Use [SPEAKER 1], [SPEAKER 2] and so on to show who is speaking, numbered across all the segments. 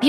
[SPEAKER 1] 美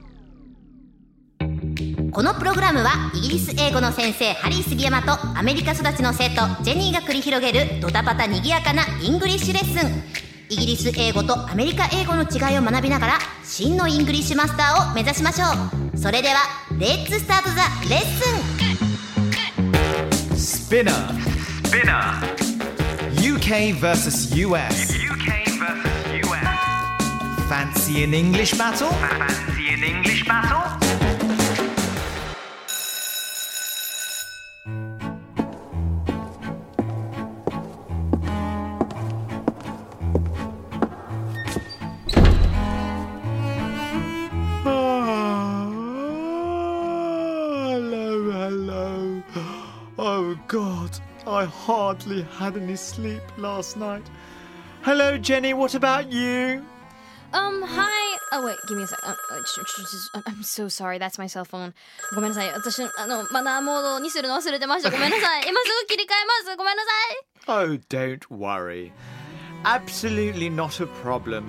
[SPEAKER 2] このプログラムはイギリス英語の先生ハリー杉山とアメリカ育ちの生徒ジェニーが繰り広げるドタパタにぎやかなイングリッシュレッスンイギリス英語とアメリカ英語の違いを学びながら真のイングリッシュマスターを目指しましょうそれではレッツスタートザレッスン
[SPEAKER 3] Spinner.
[SPEAKER 4] Spinner.
[SPEAKER 3] UK versus US.
[SPEAKER 4] UK versus US.
[SPEAKER 3] Fancy an English battle?
[SPEAKER 4] Fancy an English battle?
[SPEAKER 3] Hello, hello. Oh, God. I hardly had any sleep last night. Hello, Jenny. What about you?
[SPEAKER 5] Um, hi. Oh, wait, give me a sec. Um, uh, sh- sh- sh- I'm- I'm so sorry. That's my cell phone. ごめんなさい。私の、あの、マナーモードにするの忘れてました。ごめんなさ い。今すぐ切り替えます。ごめんなさい。
[SPEAKER 3] Oh, don't worry. Absolutely not a problem.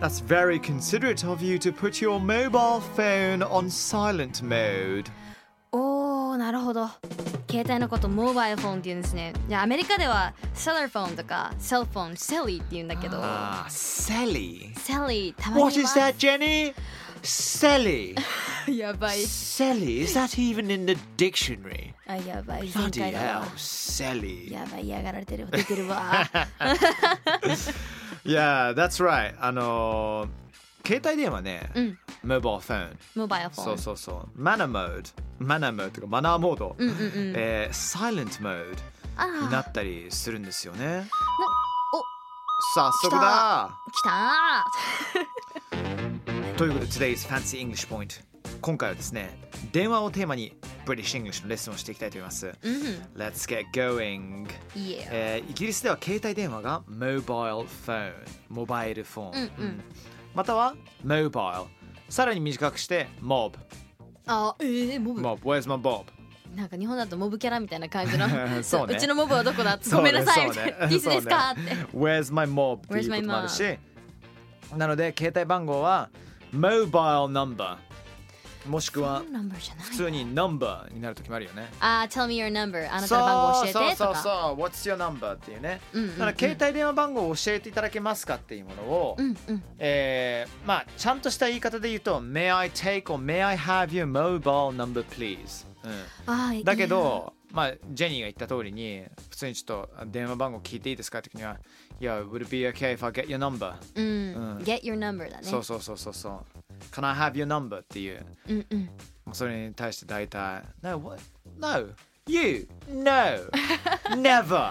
[SPEAKER 3] That's very considerate of you to put your mobile phone on silent mode.
[SPEAKER 5] おー、なるほど。携帯のこと、モバイルフォンって言うんですね。いや、アメリカでは、セラーフォンとか、セルフォン、セリーって言うんだけど、
[SPEAKER 3] Ah, Selly.
[SPEAKER 5] セリー、たまには。
[SPEAKER 3] What is that, Jenny? Selly.
[SPEAKER 5] やばい。
[SPEAKER 3] Selly. Is that even in the dictionary?
[SPEAKER 5] あ、やばい。全
[SPEAKER 3] Bloody
[SPEAKER 5] 開だ
[SPEAKER 3] hell,
[SPEAKER 5] わ。
[SPEAKER 3] Selly.
[SPEAKER 5] やばい、嫌がられてる。出てるわ。
[SPEAKER 3] Yeah, that's right. あのー、携帯電話ね、
[SPEAKER 5] うん、
[SPEAKER 3] mobile phone。
[SPEAKER 5] モバイルフォン。
[SPEAKER 3] そうそうそう。マナーモード。マナーモードとかマナーモード。
[SPEAKER 5] うんうんうん。
[SPEAKER 3] えー、サイレントモー
[SPEAKER 5] あ
[SPEAKER 3] ド
[SPEAKER 5] ー
[SPEAKER 3] になったりするんですよね。
[SPEAKER 5] お
[SPEAKER 3] 早速だ
[SPEAKER 5] 来た
[SPEAKER 3] ということで Today's Fancy English Point 今回はですね電話をテーマに British English のレッスンをしていきたいと思います、
[SPEAKER 5] ー。うん。
[SPEAKER 3] Let's get going、
[SPEAKER 5] Yeah.
[SPEAKER 3] えーイギリスでは携帯電話が Mobile Phone モバイルフォン、
[SPEAKER 5] うんうん
[SPEAKER 3] または Mobile さらに短くして Mob
[SPEAKER 5] あ、えー、モブ。
[SPEAKER 3] Mob Where's my Bob
[SPEAKER 5] なんか日本だとモブキャラみたいな感じの
[SPEAKER 3] そうね
[SPEAKER 5] うちのモブはどこ だ
[SPEAKER 3] そ
[SPEAKER 5] ご
[SPEAKER 3] うね
[SPEAKER 5] めんなさい みたい
[SPEAKER 3] そう
[SPEAKER 5] な、
[SPEAKER 3] ね
[SPEAKER 5] ディスですか、
[SPEAKER 3] そ
[SPEAKER 5] って
[SPEAKER 3] Where's my Mob っていう
[SPEAKER 5] Where's my
[SPEAKER 3] こともあるしなので携帯番号は Mobile Number もしくは
[SPEAKER 5] ナンバーじゃない
[SPEAKER 3] 普通に Number になる時もあるよね
[SPEAKER 5] あー tell me your number あなたの番号教えてと
[SPEAKER 3] そうそうそう
[SPEAKER 5] か
[SPEAKER 3] そう What's your number っていうね、
[SPEAKER 5] うんうんうん
[SPEAKER 3] だから携帯電話番号を教えていただけますかっていうものを、
[SPEAKER 5] うんうん
[SPEAKER 3] えーまあちゃんとした言い方で言うと May I take or may I have your mobile number please、う
[SPEAKER 5] あ
[SPEAKER 3] ん、
[SPEAKER 5] ー
[SPEAKER 3] だけど、まあジェニーが言った通りに普通にちょっと電話番号聞いていいですかって時には Yeah, would it be okay if I get your number?、
[SPEAKER 5] いいね
[SPEAKER 3] うん
[SPEAKER 5] うん get your number だね
[SPEAKER 3] そうそうそうそうそう Can I have your number? っていう
[SPEAKER 5] うんうん
[SPEAKER 3] もうそれに対して大体 No, what? No, you, no, never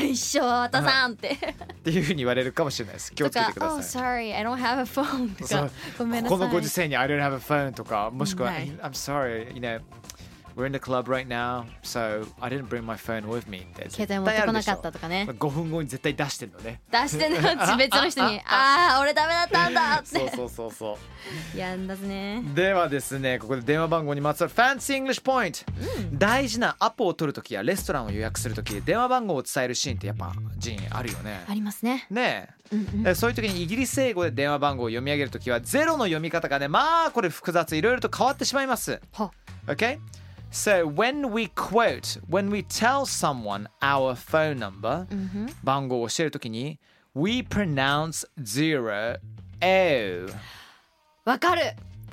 [SPEAKER 5] 一生渡さんって
[SPEAKER 3] っていうふうに言われるかもしれない です。気を
[SPEAKER 5] と
[SPEAKER 3] つけて
[SPEAKER 5] か
[SPEAKER 3] く
[SPEAKER 5] Oh
[SPEAKER 3] ださい。
[SPEAKER 5] sorry I don't have a phone と
[SPEAKER 3] そう
[SPEAKER 5] かごめんなさ
[SPEAKER 3] こ
[SPEAKER 5] い
[SPEAKER 3] のご時世に I don't have a phone とか、もしくは
[SPEAKER 5] ない
[SPEAKER 3] I'm sorry, you know, we're in the club right now, so I didn't bring my phone with me って絶
[SPEAKER 5] 携
[SPEAKER 3] 対
[SPEAKER 5] 帯持って
[SPEAKER 3] あ
[SPEAKER 5] こ
[SPEAKER 3] るで
[SPEAKER 5] な
[SPEAKER 3] しょ
[SPEAKER 5] かったとかね
[SPEAKER 3] 5分後に絶対出してるのね。
[SPEAKER 5] 出してね別の 人にああ俺ダメだったんだっ
[SPEAKER 3] そう
[SPEAKER 5] て
[SPEAKER 3] そうそうそ
[SPEAKER 5] やんだすね
[SPEAKER 3] う。ではですね、ここで電話番号にまつわる Fancy English Point、大事なアポを取るときやレストランを予約するとき、電話番号を伝えるシーンってやっぱジーンあるよね。
[SPEAKER 5] ありますね
[SPEAKER 3] ねえ、えそういう時にイギリス英語で電話番号を読み上げる時はゼロの読み方がねまあこれ複雑いろいろと変わってしまいます
[SPEAKER 5] は
[SPEAKER 3] OK? So when we quote when we tell someone our phone number、番号を教える時に we pronounce zero O
[SPEAKER 5] わかる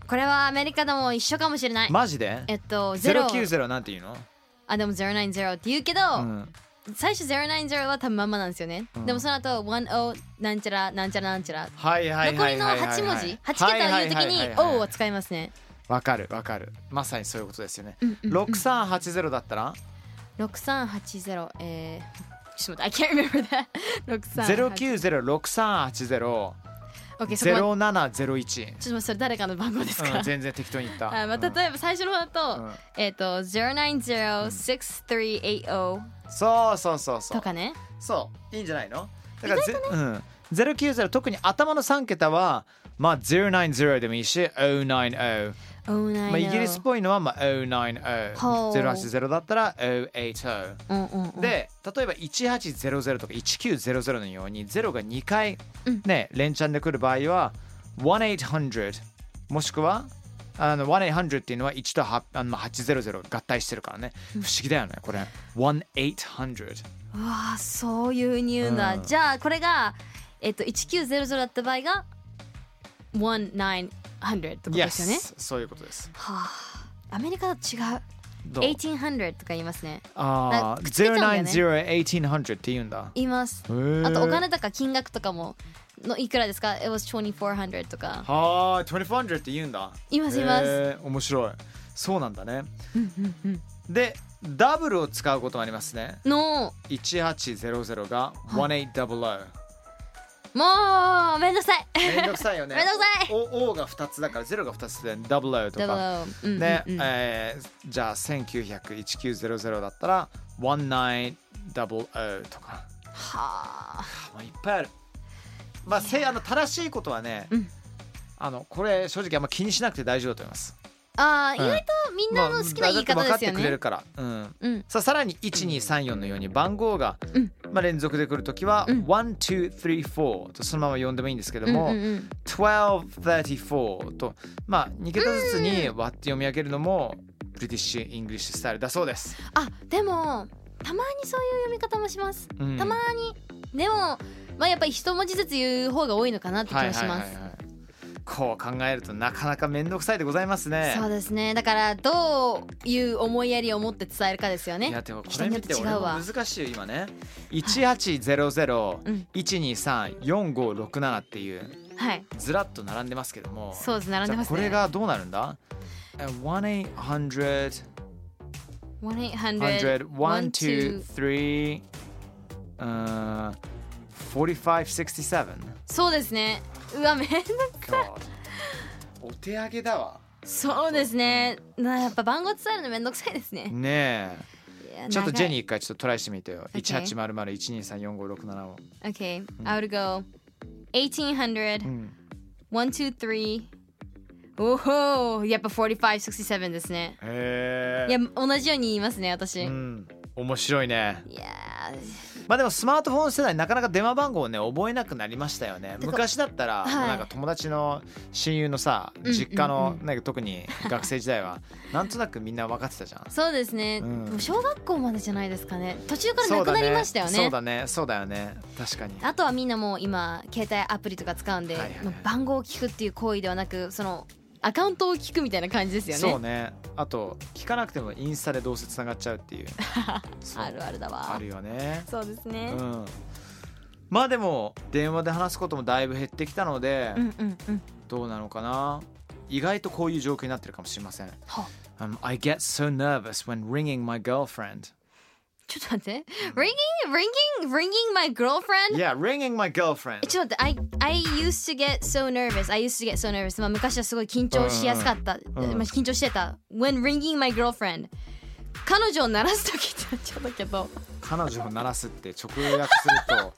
[SPEAKER 5] これはアメリカでも一緒かもしれない
[SPEAKER 3] マジで
[SPEAKER 5] えっと、ゼロ。
[SPEAKER 3] 090なんて言うの
[SPEAKER 5] あ、でも090って言うけど、
[SPEAKER 3] ん
[SPEAKER 5] 最初090は多分まんまなんですよね。でもその後、10なんちゃらなんちゃらなんちゃら。
[SPEAKER 3] はいはい
[SPEAKER 5] 残
[SPEAKER 3] は
[SPEAKER 5] り
[SPEAKER 3] い
[SPEAKER 5] の
[SPEAKER 3] はいはい
[SPEAKER 5] 8文字、8
[SPEAKER 3] は
[SPEAKER 5] 桁を
[SPEAKER 3] は
[SPEAKER 5] 言うとき
[SPEAKER 3] は
[SPEAKER 5] に
[SPEAKER 3] い、はいはい
[SPEAKER 5] O を使いますね。
[SPEAKER 3] わかるわかるまさにそういうことですよね、6380だったら
[SPEAKER 5] 6380、えー、ちょっと待って、I can't remember that。6380。
[SPEAKER 3] 0906380
[SPEAKER 5] OK そこま
[SPEAKER 3] 0701。
[SPEAKER 5] ちょっと待ってそれ誰かの番号ですか、
[SPEAKER 3] うん、全然適当に言った。
[SPEAKER 5] あまあ、
[SPEAKER 3] うん
[SPEAKER 5] 例えば最初の方だと、
[SPEAKER 3] うん
[SPEAKER 5] えっ、と0906380
[SPEAKER 3] そうそうそうそう
[SPEAKER 5] と。かね
[SPEAKER 3] そう、いいんじゃないのだからぜ、うん。090特に頭の3桁は、まあ、090でもいいし090、
[SPEAKER 5] Oh,
[SPEAKER 3] まあ、イギリスっぽいのは、まあ、090
[SPEAKER 5] ほう
[SPEAKER 3] 080だったら080
[SPEAKER 5] うんうんうん、
[SPEAKER 3] で例えば1800とか1900のように0が2回
[SPEAKER 5] うん
[SPEAKER 3] ね、連チャンで来る場合は1800もしくはあの1800っていうのは1と8あのまあ800合体してるからね不思議だよねこれ1800
[SPEAKER 5] うわあそういうニューな、
[SPEAKER 3] うん
[SPEAKER 5] じゃあこれが、えっと1900だった場合が1900ってことですよね、
[SPEAKER 3] Yes そういうことです
[SPEAKER 5] はあアメリカと違う
[SPEAKER 3] どう
[SPEAKER 5] 1800とか言いますね
[SPEAKER 3] あ
[SPEAKER 5] なんか
[SPEAKER 3] あ
[SPEAKER 5] くっつけちゃうんだよね
[SPEAKER 3] 0901800って言うんだ
[SPEAKER 5] 言います
[SPEAKER 3] へー
[SPEAKER 5] あとお金とか金額とかものいくらですか It was 2400とか
[SPEAKER 3] はーい2400って言うんだ
[SPEAKER 5] 言います言います、
[SPEAKER 3] へー面白いそうなんだねでダブルを使うこともありますね
[SPEAKER 5] の
[SPEAKER 3] 1800が1800、
[SPEAKER 5] もうめんどくさい
[SPEAKER 3] めんどくさいよね
[SPEAKER 5] めんどくさい
[SPEAKER 3] お O が2つだから0が2つで00とか
[SPEAKER 5] 00うんうんうん
[SPEAKER 3] ね、えーじゃあ19001900だったら1900とか
[SPEAKER 5] はあ
[SPEAKER 3] もういっぱいあるまあせあの正しいことはね、
[SPEAKER 5] うん
[SPEAKER 3] あのこれ正直あんま気にしなくて大丈夫だと思います
[SPEAKER 5] あ
[SPEAKER 3] う
[SPEAKER 5] ー
[SPEAKER 3] ん
[SPEAKER 5] 意外とみんなの好きな言い方ですよ
[SPEAKER 3] まあだって分かってくれ
[SPEAKER 5] ね
[SPEAKER 3] る。から、うん
[SPEAKER 5] うん
[SPEAKER 3] さあさらに1234のように番号が、
[SPEAKER 5] うん
[SPEAKER 3] まあ、連続で来るときは、
[SPEAKER 5] うん
[SPEAKER 3] 1234とそのまま呼んでもいいんですけども、
[SPEAKER 5] うんうんうん
[SPEAKER 3] 1234とまあ2桁ずつに割って読み上げるのもブリティッシュ・イングリッシュスタイルだそうです、
[SPEAKER 5] あでもたまにそういう読み方もします。
[SPEAKER 3] うん
[SPEAKER 5] たまにでもまあやっぱり一文字ずつ言う方が多いのかなって気がします。
[SPEAKER 3] いこう考えるとなかなか面倒くさいでございますね
[SPEAKER 5] そうですねだからどういう思いやりを持って伝えるかですよ
[SPEAKER 3] いや
[SPEAKER 5] ね。
[SPEAKER 3] でもこ
[SPEAKER 5] 人
[SPEAKER 3] れ
[SPEAKER 5] によ
[SPEAKER 3] 見
[SPEAKER 5] って
[SPEAKER 3] て
[SPEAKER 5] 違
[SPEAKER 3] 俺
[SPEAKER 5] う
[SPEAKER 3] も
[SPEAKER 5] わ。
[SPEAKER 3] 難しいよ今ね1800、
[SPEAKER 5] うん
[SPEAKER 3] 123456っていう
[SPEAKER 5] はい
[SPEAKER 3] ずらっと並んでますけども
[SPEAKER 5] そうです並んでますね。
[SPEAKER 3] じゃあこれがどうなるんだえ1800
[SPEAKER 5] 1800 12
[SPEAKER 3] 100,123, uh, 45,67.
[SPEAKER 5] そうですね。うわめんどくさい
[SPEAKER 3] God. お手上げだわ。
[SPEAKER 5] そうですね。なやっぱ番号伝えるのめんどくさいですね。
[SPEAKER 3] ねえ。ちょっとジェニー
[SPEAKER 5] ー。
[SPEAKER 3] 一回ちょっとトライしてみてよ。
[SPEAKER 5] Okay.
[SPEAKER 3] 180012345675を。
[SPEAKER 5] Okay, I would go 1800,
[SPEAKER 3] うん。
[SPEAKER 5] 123. おほやっぱ4567ですね。
[SPEAKER 3] へえ。
[SPEAKER 5] いや、同じように言いますね、私。
[SPEAKER 3] うん。面白いね。
[SPEAKER 5] いや
[SPEAKER 3] まあでもスマートフォン世代なかなか電話番号をね覚えなくなりましたよね。
[SPEAKER 5] か
[SPEAKER 3] 昔だったら、
[SPEAKER 5] はい
[SPEAKER 3] なんか友達の親友のさ
[SPEAKER 5] ん
[SPEAKER 3] 実家
[SPEAKER 5] う
[SPEAKER 3] の
[SPEAKER 5] ん
[SPEAKER 3] なんか特に学生時代はなんとなくみんな分かってたじゃん
[SPEAKER 5] ー。そうですね。
[SPEAKER 3] うん
[SPEAKER 5] でも小学校までじゃないですかね。途中から
[SPEAKER 3] そ
[SPEAKER 5] な
[SPEAKER 3] う
[SPEAKER 5] く
[SPEAKER 3] だ
[SPEAKER 5] な
[SPEAKER 3] ね
[SPEAKER 5] りましたよね。
[SPEAKER 3] そうだね、そうだよね。確かに。
[SPEAKER 5] あとはみんなもう今携帯アプリとか使うんで、
[SPEAKER 3] はいはいはい
[SPEAKER 5] もう番号を聞くっていう行為ではなくそのアカウントを聞くみたいな感じですよね
[SPEAKER 3] そうね。あと聞かなくてもインスタでどうせつながっちゃうっ ていう。そう
[SPEAKER 5] あるあるだわ
[SPEAKER 3] あるよね。
[SPEAKER 5] そうです
[SPEAKER 3] う
[SPEAKER 5] ね、
[SPEAKER 3] ん。まあでも電話で話すこともだいぶ減ってきたので、
[SPEAKER 5] うん、うんうん
[SPEAKER 3] どうなのかな。意外とこういう状況になってるかもしれません。
[SPEAKER 5] は
[SPEAKER 3] Um, I get so nervous when ringing my girlfriend.
[SPEAKER 5] ちょっと待って。Ringing, ringing, ringing my girlfriend?
[SPEAKER 3] Yeah, ringing my girlfriend.
[SPEAKER 5] ちょっと待って。I, I used to get so nervous. I used to get so nervous. まあ昔はすごい緊張しやすかった。まあ
[SPEAKER 3] うん
[SPEAKER 5] 緊張してた。When ringing my girlfriend. 彼女を鳴らすときってなっちゃったけど。
[SPEAKER 3] 彼女を鳴らすって直訳する と、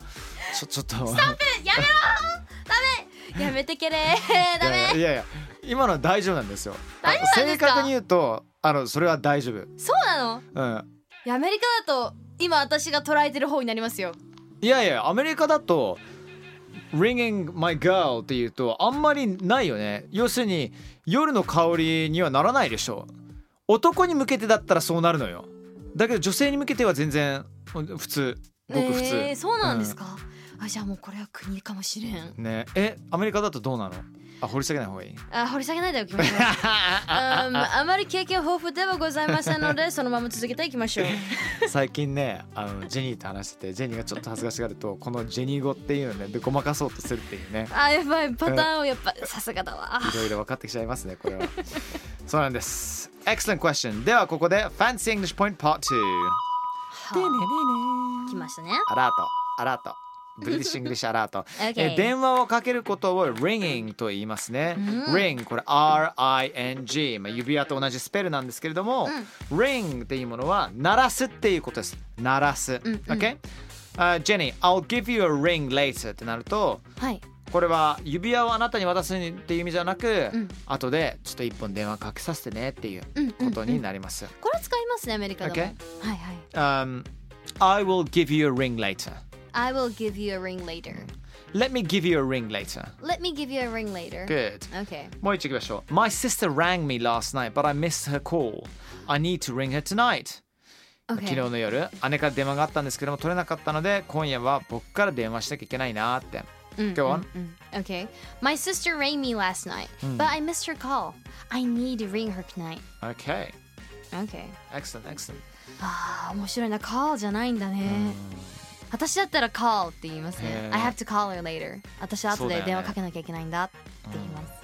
[SPEAKER 3] ちょちょっと。
[SPEAKER 5] やめろダメやめてけれ ダ
[SPEAKER 3] いやいや
[SPEAKER 5] メ
[SPEAKER 3] いやいや今のは大丈夫なんですよ
[SPEAKER 5] 大丈夫なんですか
[SPEAKER 3] あの正確に言うとあのそれは大丈夫、
[SPEAKER 5] そうなの
[SPEAKER 3] うん、
[SPEAKER 5] いやアメリカだと今私が捉えてる方になりますよ。
[SPEAKER 3] いやいやアメリカだと「ringing my girl」っていうとあんまりないよね要するに夜の香りにはならないでしょ男に向けてだったらそうなるのよだけど女性に向けては全然ほん普通ごく普通、
[SPEAKER 5] えーそうなんですか、あじゃあもうこれは国かもしれん。
[SPEAKER 3] うんねえアメリカだとどうなのあ掘り下げない方がいい
[SPEAKER 5] あ掘り下げないでおきま しょう。うんあまり経験豊富ではございませ んのでそのまま続けていきましょう。
[SPEAKER 3] 最近ね あのジェニーと話しててジェニーがちょっと恥ずかしがるとこのジェニー語っていうのねでごまかそうとするっていうね
[SPEAKER 5] あやばいパターンをやっぱさすがだわ。
[SPEAKER 3] いろいろ分かってきちゃいますねこれは そうなんです Excellent question ではここで Fancy English Point Part 2
[SPEAKER 5] はあ来ましたね。
[SPEAKER 3] アラートアラートブリティッシュ・イングリッシュ・アラート
[SPEAKER 5] Okay
[SPEAKER 3] えー電話をかけることを ringing と言いますね、ring これ R-I-N-G、まあ、指輪と同じスペルなんですけれども、ring っていうものは鳴らすっていうことです鳴らす、OK? あ Jenny, I'll give you a ring later ってなると
[SPEAKER 5] はい
[SPEAKER 3] これは指輪をあなたに渡すっていう意味じゃなく、後でちょっと一本電話かけさせてねっていうことになります、
[SPEAKER 5] これ使いますねアメリカでも、はいはい
[SPEAKER 3] um, I will give you a ring later
[SPEAKER 5] I will give you a ring later
[SPEAKER 3] Let me give you a ring later
[SPEAKER 5] Let me give you a ring later
[SPEAKER 3] Good
[SPEAKER 5] Okay
[SPEAKER 3] もう一度いきましょう My sister rang me last night but I missed her call I need to ring her tonight 昨日
[SPEAKER 5] Okay
[SPEAKER 3] の夜姉から電話があったんですけども取れなかったので今夜は僕から電話しなきゃいけないなって Go on
[SPEAKER 5] Okay My sister rang me last night But I missed her call I need to ring her tonight
[SPEAKER 3] Okay
[SPEAKER 5] Okay
[SPEAKER 3] Excellent excellent
[SPEAKER 5] あー面白いな Call じゃないんだね私だったら call って言いますね
[SPEAKER 3] へー
[SPEAKER 5] I have to call her later 私は
[SPEAKER 3] そ
[SPEAKER 5] 後
[SPEAKER 3] うだよ
[SPEAKER 5] で
[SPEAKER 3] ね
[SPEAKER 5] 電話かけなきゃいけないんだって言います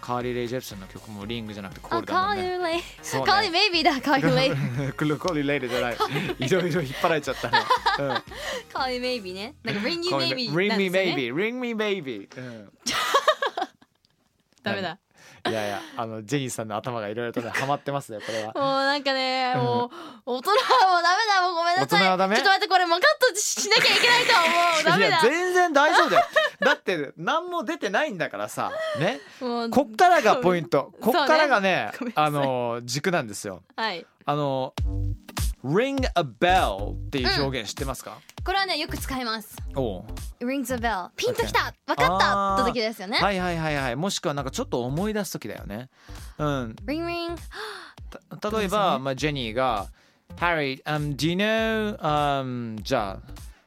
[SPEAKER 3] カーリー・レイ・ジェプソンの曲もリングじゃなくてコ
[SPEAKER 5] あ
[SPEAKER 3] ールだもん
[SPEAKER 5] Call
[SPEAKER 3] ね
[SPEAKER 5] you later
[SPEAKER 3] そうね
[SPEAKER 5] Call you maybe だ Call you later
[SPEAKER 3] クルコーリー・レイルじゃ ないいろいろ引っ張られちゃったね
[SPEAKER 5] Call you maybe ねなんか Ring you
[SPEAKER 3] こういう
[SPEAKER 5] maybe な
[SPEAKER 3] Ring
[SPEAKER 5] んで
[SPEAKER 3] me
[SPEAKER 5] す
[SPEAKER 3] maybe
[SPEAKER 5] よね
[SPEAKER 3] Ring me maybe うん
[SPEAKER 5] ダメだ
[SPEAKER 3] いやいやあのジェニーさんの頭がいろいろとねハマってますねこれは
[SPEAKER 5] もうなんかね、もう大人はもうダメだもうごめんなさい。
[SPEAKER 3] 大人はダメ
[SPEAKER 5] ちょっと待ってこれもうカットしなきゃいけないと思う。ダ メ
[SPEAKER 3] いや
[SPEAKER 5] だ。
[SPEAKER 3] 全然大丈夫だよ だって何も出てないんだからさね
[SPEAKER 5] もう
[SPEAKER 3] こっからがポイントこっからがね
[SPEAKER 5] そうね
[SPEAKER 3] あの軸なんですよ
[SPEAKER 5] はい。
[SPEAKER 3] あの ring a bell っていう表現知ってますか、
[SPEAKER 5] これはねよく使います。
[SPEAKER 3] おう
[SPEAKER 5] rings a bell。ピンときた。わかっ
[SPEAKER 3] あ
[SPEAKER 5] た。
[SPEAKER 3] ー
[SPEAKER 5] って時ですよね。
[SPEAKER 3] はいはいはいはいもしくはなんかちょっと思い出す時だよねうん
[SPEAKER 5] ring ring。
[SPEAKER 3] た例えば、まあ、ジェニーが「Harry、um, do you know、um, じゃあ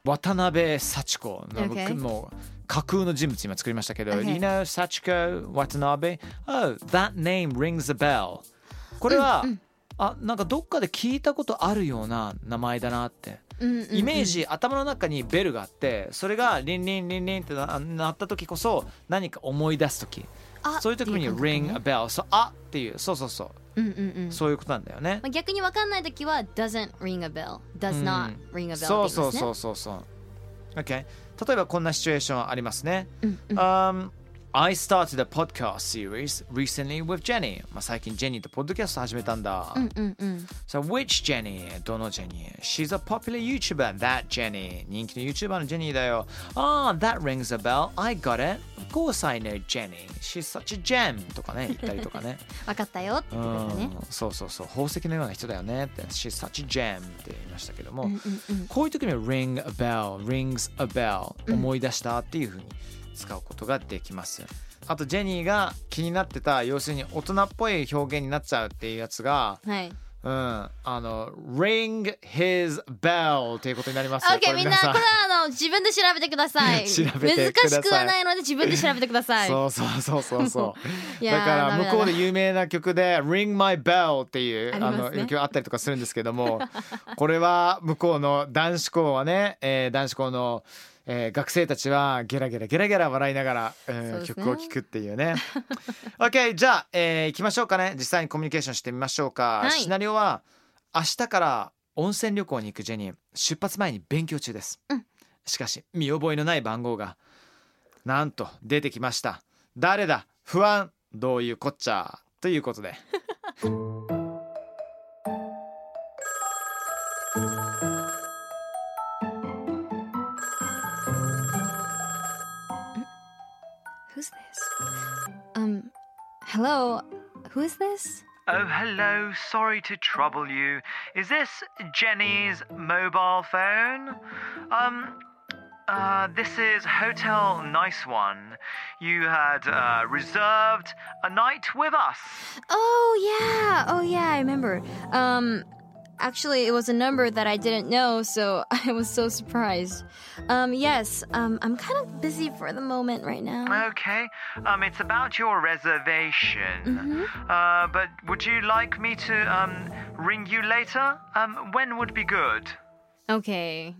[SPEAKER 3] 渡辺幸子の、
[SPEAKER 5] Okay.
[SPEAKER 3] もう架空の人物今作りましたけど「
[SPEAKER 5] Okay.
[SPEAKER 3] you know 幸子渡辺 oh that name rings a bell」これは、あなんかどっかで聞いたことあるような名前だなって。
[SPEAKER 5] うんうん。
[SPEAKER 3] イメージ、頭の中にベルがあってそれがリンリンリンリンってななった時こそ何か思い出す時
[SPEAKER 5] あ
[SPEAKER 3] そういう時に
[SPEAKER 5] っていう
[SPEAKER 3] ring a
[SPEAKER 5] 感
[SPEAKER 3] bell そうあっていうそうそうそう
[SPEAKER 5] うんうんうん。
[SPEAKER 3] そういうことなんだよね
[SPEAKER 5] まあ、逆にわかんない時は doesn't ring a bell。does not ring a bell って言い
[SPEAKER 3] そ
[SPEAKER 5] ま
[SPEAKER 3] う
[SPEAKER 5] すね。
[SPEAKER 3] そうそうそうそう。OK。例えばこんなシチュエーションありますね。Um, I started a podcast series recently with Jenny. まあ最近ジェニーとポッドキャスト始めたんだ。
[SPEAKER 5] うんうん。
[SPEAKER 3] So which Jenny? どのジェニー ?She's a popular YouTuber. That Jenny. 人気の YouTuber のジェニーだよ。Ah, that rings a bell. I got it. Of course I know Jenny. She's such a gem. とかね、言ったりとかね。
[SPEAKER 5] わかったよって
[SPEAKER 3] う
[SPEAKER 5] 言ってくださいね。
[SPEAKER 3] んそうそうそう宝石のような人だよねって「She's such a gem」って言いましたけども、こういう時には「ring a bell」「rings a bell」思い出したっていうふうに使うことができます。あとジェニーが気になってた要するに大人っぽい表現になっちゃうっていうやつが、
[SPEAKER 5] はい。
[SPEAKER 3] うん、あの「ring his bell」っていうことになりますよ
[SPEAKER 5] OK
[SPEAKER 3] れ
[SPEAKER 5] みんなこ
[SPEAKER 3] さ
[SPEAKER 5] れはあの自分で調べてくださ い
[SPEAKER 3] 調べてください
[SPEAKER 5] 難しくはないので自分で調べてください
[SPEAKER 3] そうそうそうそうそう。
[SPEAKER 5] いやー
[SPEAKER 3] だから向こうで有名な曲で「Ring My Bell」っていう
[SPEAKER 5] あ
[SPEAKER 3] あ
[SPEAKER 5] りますね
[SPEAKER 3] の曲があったりとかするんですけども これは向こうの男子校はね、えー男子校の、えー学生たちはゲラゲラゲラゲラ笑いながら、えー
[SPEAKER 5] そうですね
[SPEAKER 3] 曲を聴くっていうね。OK じゃあ、えー行きましょうかね実際にコミュニケーションしてみましょうか。
[SPEAKER 5] はい
[SPEAKER 3] シナリオは明日から温泉旅行に行くジェニー出発前に勉強中です。しかし見覚えのない番号がなんと出てきました誰だ不安どういうこっちゃということで
[SPEAKER 5] Who's this? Um, hello. Who is this?
[SPEAKER 4] Oh, hello. Sorry to trouble you. Is this Jenny's mobile phone? Um, uh, this is Hotel Nice One. You had uh, reserved a night with us.
[SPEAKER 5] Oh yeah. Oh yeah. I remember. Um, actually, it was a number that I didn't know, so I was so surprised. Um, yes. Um, I'm kind of busy for the moment right now.
[SPEAKER 4] Okay. Um, it's about your reservation. Uh, but would you like me to um ring you later? Um, when would be good?
[SPEAKER 5] Okay.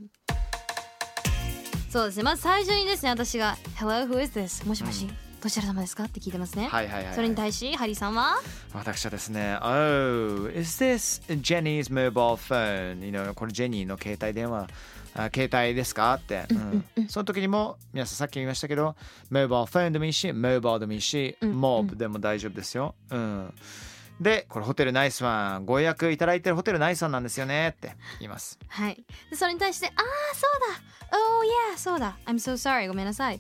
[SPEAKER 5] そうですね。まず最初にですね、私が Hello, who is this? もしもし。どどちら様ですかって聞いてますね。
[SPEAKER 3] はいはいはいはい
[SPEAKER 5] それに対し、ハリーさんは
[SPEAKER 3] 私はですね、Oh, is this Jenny's mobile phone? You know, これジェニーの携帯電話、あ携帯ですかって、うんその時にも、皆さんさっき言いましたけど、mobile phone でもいいし、mobile でもいいし、mob でも大丈夫ですよ。うん。で、これホテルナイスワン、ご予約いただいてるホテルナイスワンなんですよねって言います。
[SPEAKER 5] はい。でそれに対して、ああ、そうだ !Oh yeah, そうだ !I'm so sorry, ごめんなさい。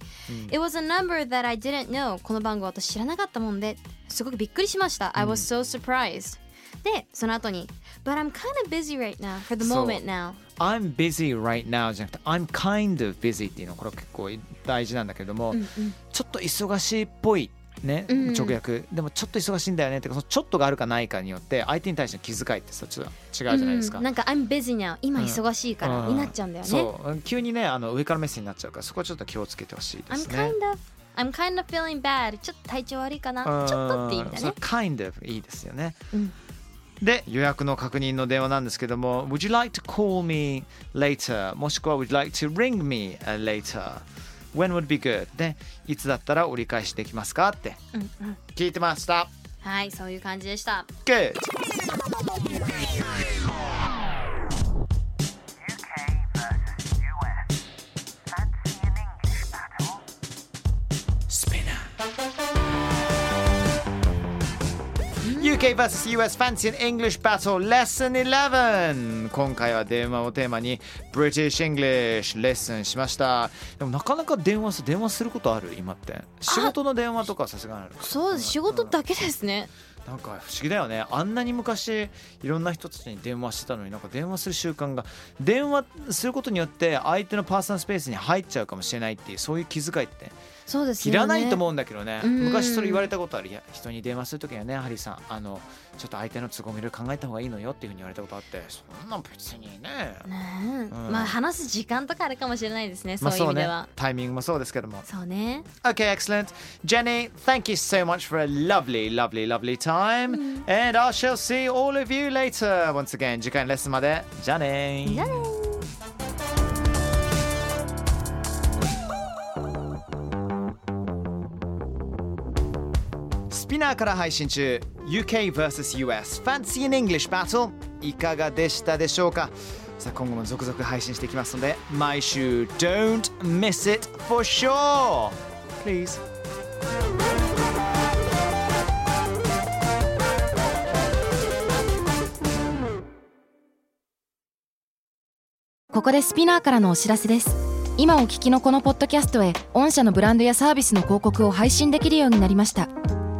[SPEAKER 5] It was a number that I didn't know. この番号私知らなかったもんで、すごくびっくりしました。I was so surprised. で、その後に、But I'm kind of busy right now, for the
[SPEAKER 3] そう
[SPEAKER 5] moment now.
[SPEAKER 3] I'm busy right now じゃなくて I'm kind of busy っていうのこれ結構大事なんだけども、ちょっと忙しいっぽいね、
[SPEAKER 5] うん
[SPEAKER 3] 直訳でもちょっと忙しいんだよねってそのちょっとがあるかないかによって相手に対しての気遣いってさちょっと違うじゃないですか。
[SPEAKER 5] うん、なんか、I'm busy now. 今忙しいから、
[SPEAKER 3] うん
[SPEAKER 5] になっちゃうんだよね。
[SPEAKER 3] そう急にねあの上から目線になっちゃうからそこはちょっと気をつけてほしいで
[SPEAKER 5] I'm
[SPEAKER 3] すね
[SPEAKER 5] kind。of I'm kind of feeling bad ちょっと体調悪いかなちょっとっていう意味だ
[SPEAKER 3] うんそ
[SPEAKER 5] ね
[SPEAKER 3] う kind of いいですよね。
[SPEAKER 5] うん
[SPEAKER 3] で予約の確認の電話なんですけども Would you like to call me later? もしくは Would you like to ring me uh, later? When would be good? でいつだったら折り返しできますかって聞いてました。
[SPEAKER 5] はいそういう感じでした
[SPEAKER 3] Good!
[SPEAKER 4] UK versus US. Fancy an
[SPEAKER 3] スピナー UK vs US Fancy and
[SPEAKER 4] English battle?
[SPEAKER 3] English Battle Lesson 11今回は電話をテーマに British English レッスンしましたでもなかなか電話す電話することある今って仕事の電話とかはさすがにある
[SPEAKER 5] そうです仕事だけですね
[SPEAKER 3] なんか不思議だよねあんなに昔いろんな人たちに電話してたのになんか電話する習慣が電話することによって相手のパーソナルスペースに入っちゃうかもしれないっていうそういう気遣いってね
[SPEAKER 5] そうです
[SPEAKER 3] い
[SPEAKER 5] よね
[SPEAKER 3] らないと思うんだけどね
[SPEAKER 5] うん
[SPEAKER 3] 昔それ言われたことあるいや人に電話するときはねハリーさんあのちょっと相手の都合もいろいろ考えた方がいいのよっていうふうに言われたことあってそんなん別にね
[SPEAKER 5] ねえ
[SPEAKER 3] うん
[SPEAKER 5] まあ話す時間とかあるかもしれないですねそう
[SPEAKER 3] まあ
[SPEAKER 5] いう意
[SPEAKER 3] そう
[SPEAKER 5] 味で
[SPEAKER 3] ね
[SPEAKER 5] は
[SPEAKER 3] タイミングもそうですけども
[SPEAKER 5] そうね
[SPEAKER 3] Okay, excellent. Jenny, thank you so much for a lovely, lovely, lovely time. And I shall see all of you later. Once again, 次回のレッスンまで。じゃあねー。
[SPEAKER 5] じゃあね
[SPEAKER 3] スピナーから配信中 UK vs US Fancy in English Battle いかがでしたでしょうかさあ今後も続々配信していきますので毎週 Don't miss it for sure Please
[SPEAKER 6] ここでスピナーからのお知らせです今お聞きのこのポッドキャストへ御社のブランドやサービスの広告を配信できるようになりました